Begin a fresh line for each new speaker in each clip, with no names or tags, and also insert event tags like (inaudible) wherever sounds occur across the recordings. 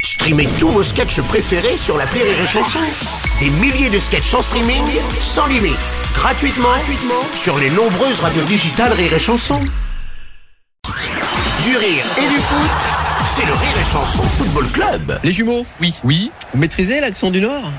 Streamez tous vos sketchs préférés sur la Rire et Chanson. Des milliers de sketchs en streaming, sans limite, gratuitement, gratuitement sur les nombreuses radios digitales Rire et Chanson. Du rire et du foot, c'est le Rire et Chanson Football Club.
Les jumeaux
Oui.
Oui. Vous maîtrisez l'accent du Nord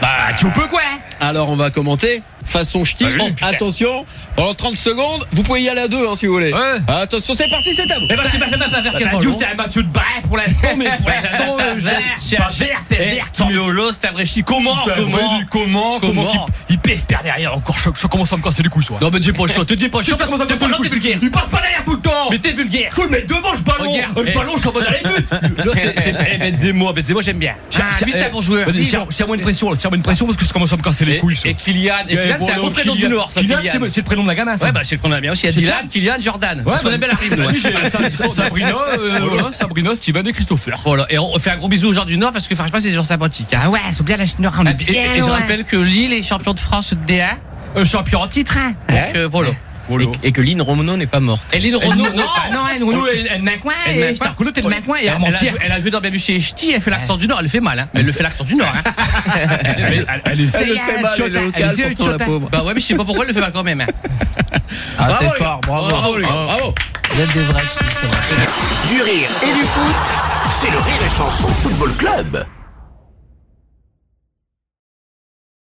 Bah, tu peux quoi
hein.
Alors on va commenter façon ch'ti.
Salut,
Bon,
putain.
attention, pendant 30 secondes, vous pouvez y aller à deux hein, si vous voulez.
Ouais.
Attention, c'est parti, c'est à vous.
Eh ben, c'est pas ça, pas faire
Bah,
qu'elle
t'as
radio,
dit,
c'est un match de barret pour l'instant, mais pour l'instant, euh,
Vert,
je pas vert, t'es
Eh,
vert, sans
Lolo, c'est Avrechi. Comment,
Putain,
comment,
mais lui, comment,
comment,
comment
tu- il pèse par derrière encore. Je, je commence à me casser les couilles, toi.
Non, mais dis pas chaud, te dis pas
Je sais pas comment ça me fait, t'es vulgaire.
Il passe pas derrière tout le temps
Mais t'es vulgaire.
Faut le mettre devant, je ballon
Regarde.
Je
Eh.
ballon, je suis en mode à la
(laughs)
lutte
Là, c'est c'est- eh, Benzema, Benzema, j'aime bien.
Ah, lui, c'est un bon joueur. Vivant.
Tiens-moi une pression, là, tire-moi une pression parce que je commence à me casser les couilles. ça.
Et Kylian, et
Eh,
Kylian, c'est
voilà,
un bon prénom du
Kylian.
Nord, ça,
Kylian,
Kylian.
c'est- c'est le prénom de la gamasse.
Ouais, bah, c'est le prénom bien aussi. Il y a
Kylian.
Dylan, Kylian, Jordan. Ouais,
Ouais,
ce qu'on
bah,
appelle la rime, nous,
Oui,
hein. (laughs)
j'ai Sa- Sabrina, euh, voilà, Sabrina, Steven et Christopher.
Voilà, et on fait un gros bisou aux gens du Nord parce que franchement, c'est des gens sympathiques. Ah ouais, ils sont bien la Chinoise. Et, et- et je rappelle que Lille est champion de France de DA.
Euh,
champion en titre, hein. Donc euh, voilà.
Et, et que Lynn Romano n'est pas morte.
Hélène Renaud,
non,
non, elle nous, elle, elle met un coin,
elle
et
met un
je
coin.
t'en recoule, t'es le met un coin, et
Elle
elle, elle a
mentir.
joué, elle a joué dans Bien chez Ch'ti, elle fait l'accent du Nord, elle le fait mal, hein. Elle le fait l'accent du Nord, hein.
(laughs) Elle elle essaie.
Elle le fait mal, elle est locale,
essaie,
pourtant, la
Ah, Chota.
pauvre.
Bah ouais, mais je sais pas pourquoi elle le fait mal quand même, hein.
Ah,
Bravo, les gars. Bravo, les gars. Bravo.
Vous êtes des vrais.
Du rire et du foot, c'est le Rire et Chanson Football Club.